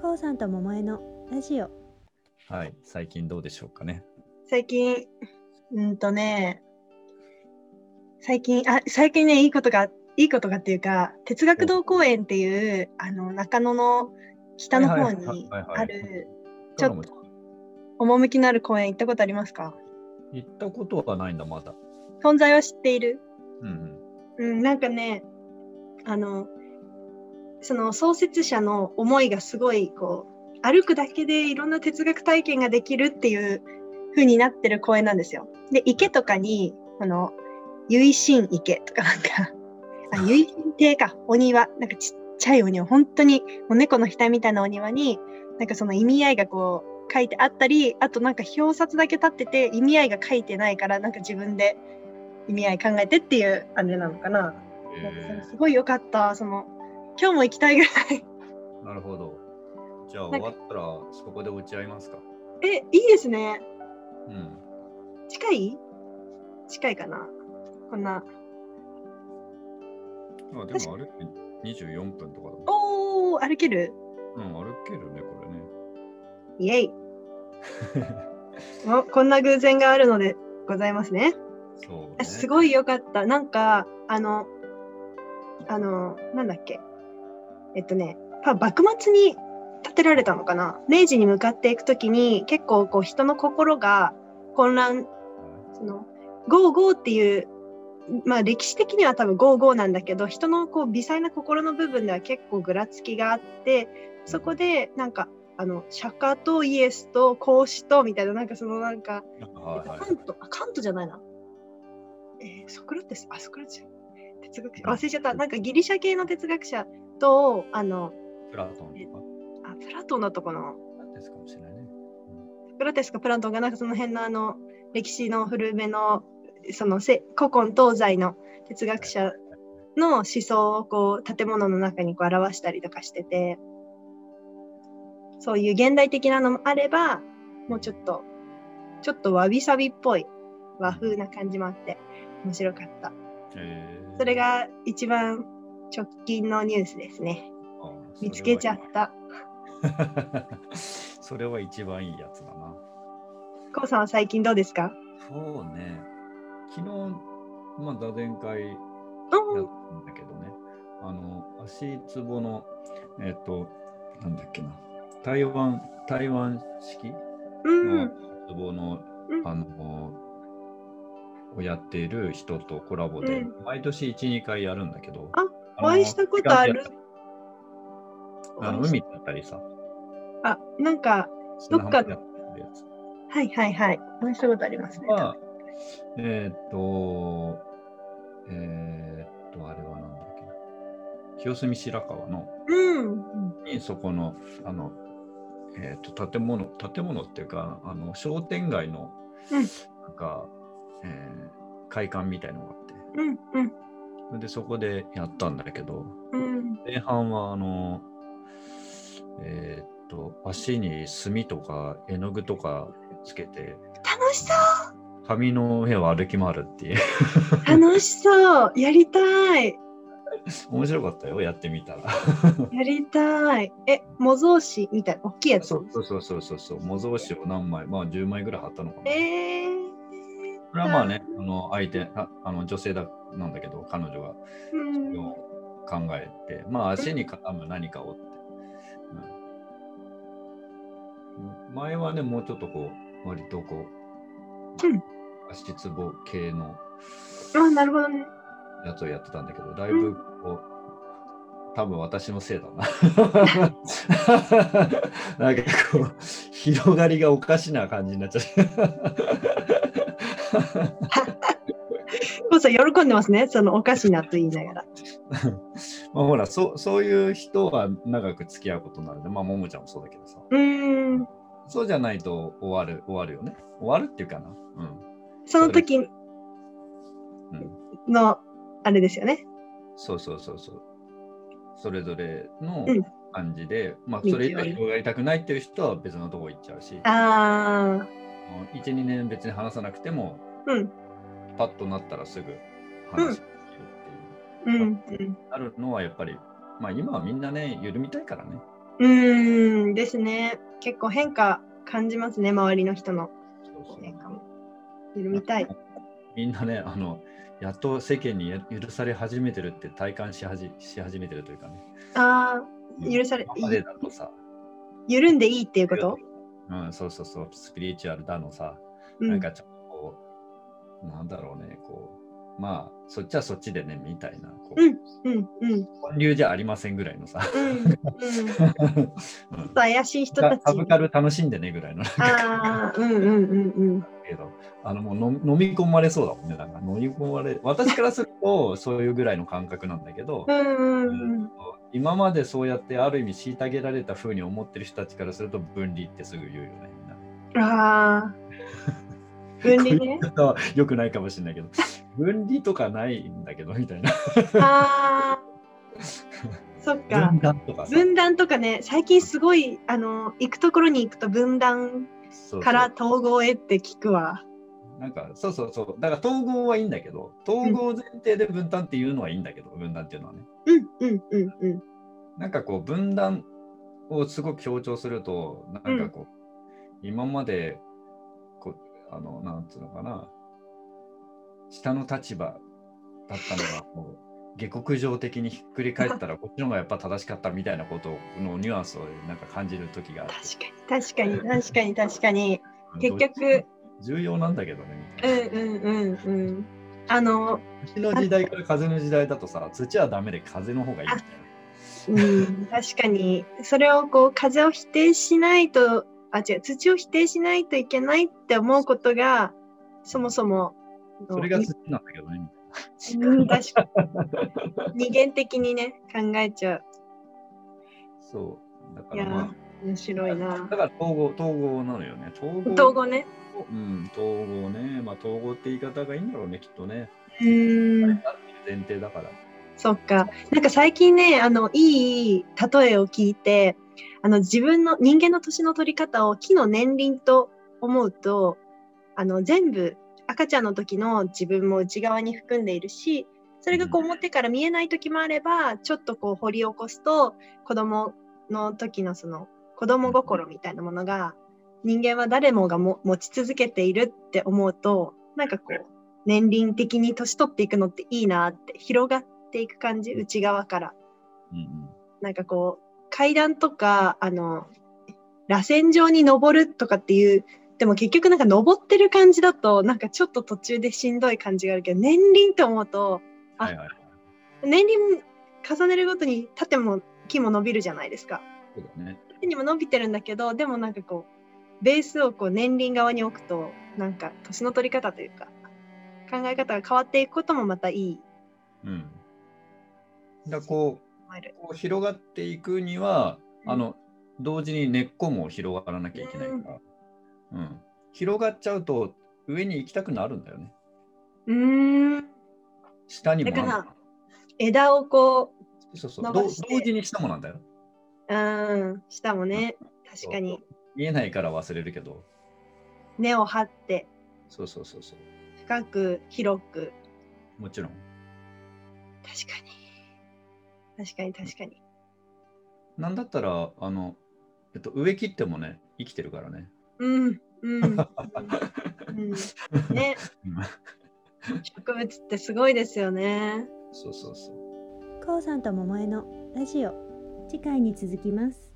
こうさんと桃江のラジオはい、最近どうでしょうかね。最近、うんとね、最近、あ、最近ね、いいことが、いいことがっていうか、哲学堂公園っていう、あの、中野の北の方にはいはいはいはいはいある、ちょっどうとも趣のある公園行ったことありますか行ったことはないんだ、まだ。存在は知っているうんうん。うん、なんかね、あの、その創設者の思いがすごい、こう、歩くだけでいろんな哲学体験ができるっていう風になってる公園なんですよ。で、池とかに、この、唯心池とかなんか、あ、唯心亭か、お庭、なんかちっちゃいお庭、本当に、もう猫の額みたいなお庭に、なんかその意味合いがこう、書いてあったり、あとなんか表札だけ立ってて、意味合いが書いてないから、なんか自分で意味合い考えてっていうあれなのかな。なんかそえれすごい良かった。その今日も行きたいぐらい。 ー、なるほど。じゃあ終なんかわったらそこで落ち合いますか。え、いいですね。うん。近い近いかな。こんな。あでも歩いて24分とかだもおー、歩けるん。うん、歩けるね、これね。イエイ。おこんな偶然があるのでございますね。そう、ね。あすごい良かった。なんか、あの、あの、なんだっけ。えっとね、まあ幕末に建てられたのかな。明治に向かっていくときに、結構こう人の心が混乱、その、ゴーゴーっていう、まあ歴史的には多分ゴーゴーなんだけど、人のこう微細な心の部分では結構ぐらつきがあって、そこでなんか、あの釈迦とイエスと孔子とみたいななんかそのなんかはいはいカント、あ、カントじゃないな。えーソクラテス、あ、ソクラテス。哲学者、忘れちゃった。なんかギリシャ系の哲学者と、あの、プラトンとか。あ、プラトンだったかな。なんですかもしれないね。ソクラテスかプラトンが、なんかその辺のあの、歴史の古めの、そのせ古今東西の哲学者の思想をこう、建物の中にこう表したりとかしてて、そういう現代的なのもあれば、もうちょっと、ちょっとわびさびっぽい和風な感じもあって、面白かった。えー、それが一番直近のニュースですね。あ見つけちゃっ。た。それはいい それは一番いいやつだな。コウさんは最近どうですかそうね。昨日、まあ、座禅会うやん。ったんだけどね、あの足つぼのえっ、となんだっけな台湾台湾式うのん。つぼの、うんあのをやっている人とコラボで、う毎年12回やるんだけどああおの会いしたことあるあの海だったりさあ、なんか、どっ砂浜かでやってるやつはいはいはい。お会いしたことありますね。はえっ、とえっ、とあれはなんだっけな清澄白河のうん。にそこのあの、えー、と建物建物っていうかあの商店街の、うんなんか、えー会館みたいのがあってうん。うん。それでそこでやったんだけどうん。前半はあのえっ、と足に墨とか絵の具とかつけて楽しそ紙の上を歩き回るっていうう楽しそうやりたい 面白かったよやってみたらやりたいえ、模造紙みたいな、大きいやつ。そうそうそうそうそうそう模造紙を何枚まあ10枚ぐらい貼ったのかな、えー。これはまあね、あの相手、ああの女性だなんだけど、彼女がうんを考えて、まあ足に絡む何かをって、うん前はね、もうちょっとこう、割とこう、うん足つぼ系のあ、なるほどね。やつをやってたんだけど、だいぶこう、多分私の せいだな。なんかこう、広がりがおかしな感じになっちゃ う。コウさん喜んでますね。そのおかしなと言いながら。まあほらそうそういう人は長く付き合うことになるんでまあももちゃんもそうだけどさうん。そうじゃないと終わる終わるよね終わるっていうかなその時うん、うん、の、あれですよね。そうそうそうそうそれぞれのうん感じで、まあ道をそれ以上広がりたくないっていう人は別のとこ行っちゃうしああ。 12年別に話さなくてもうん。パッとなったらすぐ話ができるっていう、うん。うんあるのはやっぱりまあ今はみんなね緩みたいからねうーんですね。結構変化感じますね、周りの人のそうそう変化も。緩みたい。みんなね、あの、やっと世間にや許され始めてるって体感しはじし始めてるというかね。ああ、許され今までだとさ。緩んでいいっていうことうん、そうそうそう、スピリチュアルだのさ、うんなんかちょっとこう、なんだろうね、こう、まあ、そっちはそっちでね、みたいな、こう、うんうんうん本流じゃありませんぐらいのさ、う んうん。ちょっうんと怪しい人たち。サブカル楽しんでねぐらいのなんかああ、うんうんうんうん。けど、あのもうの飲み込まれそうだもんね、なんか飲み込まれ、私からするとそういうぐらいの感覚なんだけど、うんうんうん。今までそうやってある意味虐げられた風に思ってる人たちからすると分離ってすぐ言うよね、みんな。ああ。 分離ね。よくないかもしれないけど、分離とかないんだけどみたいな。ああ。そっか。分断とかさ。分断とかね、最近すごい、あの、行くところに行くと分断そうそうから統合へって聞くわ。なんかそうそうそう。だから統合はいいんだけど、統合前提で分断っていうのはいいんだけど、分断っていうのはね。うんうんうんうん。なんかこう分断をすごく強調すると、なんかこう、今までこう、あの、なんつうのかな、下の立場だったのが、こう、下克上的にひっくり返 ったら、こっちの方がやっぱ正しかったみたいなことのニュアンスをなんか感じる時があって、確かに確かに確かに確かに。結局、重要なんだけどね、みうたんいな。うんうんうん。あの、うちの時代から風の時代だとさ、土はダメで風の方がいいみたいな。うん、確かにそれをこう風を否定しないとあ違う土を否定しないといけないって思うことがそもそもそれが土なんだけどね、みたいうん確か に二元的にね考えちゃな。そう。だかういらやまあー、面白いなだから統合、統合なのよね。統合。統合ねうん、統合ね。まあ、統合って言い方がいいんだろうね、きっとね。うーんあるっていう前提だから。そっかなんか最近ねあのいい例えを聞いてあの自分の人間の年の取り方を木の年輪と思うとあの全部赤ちゃんの時の自分も内側に含んでいるしそれがこう表から見えない時もあればちょっとこう掘り起こすと子供の時のその子供心みたいなものが人間は誰もがも持ち続けているって思うとなんかこう年輪的に年取っていくのっていいなって広がっていく感じ内側からうんうん。なんかこう階段とかあの螺旋状に登るとかっていうでも結局なんか登ってる感じだとなんかちょっと途中でしんどい感じがあるけど年輪って思うとあはいはい。年輪重ねるごとに縦も木も伸びるじゃないですか。そうだね。手にも伸びてるんだけどでもなんかこうベースをこう年輪側に置くとなんか年の取り方というか考え方が変わっていくこともまたいい。うん。だからこ思えるう、こう広がっていくには、うんあの、同時に根っこも広がらなきゃいけないから。うん。広がっちゃうと、上に行きたくなるんだよね。うーん下にもあるだから枝をこそうそう伸どばうして同時に下もなんだよ。ううん下もね確かに見えないから忘れるけど。根を張ってそうそうそうそう。深く広くもちろん。確かに確かに確かになんだったら、あの、えっと、植え切ってもね、生きてるからね。うんう ん、うんうん、ねうん植物ってすごいですよね。そうそうそう。こうさんと桃江のラジオ次回に続きます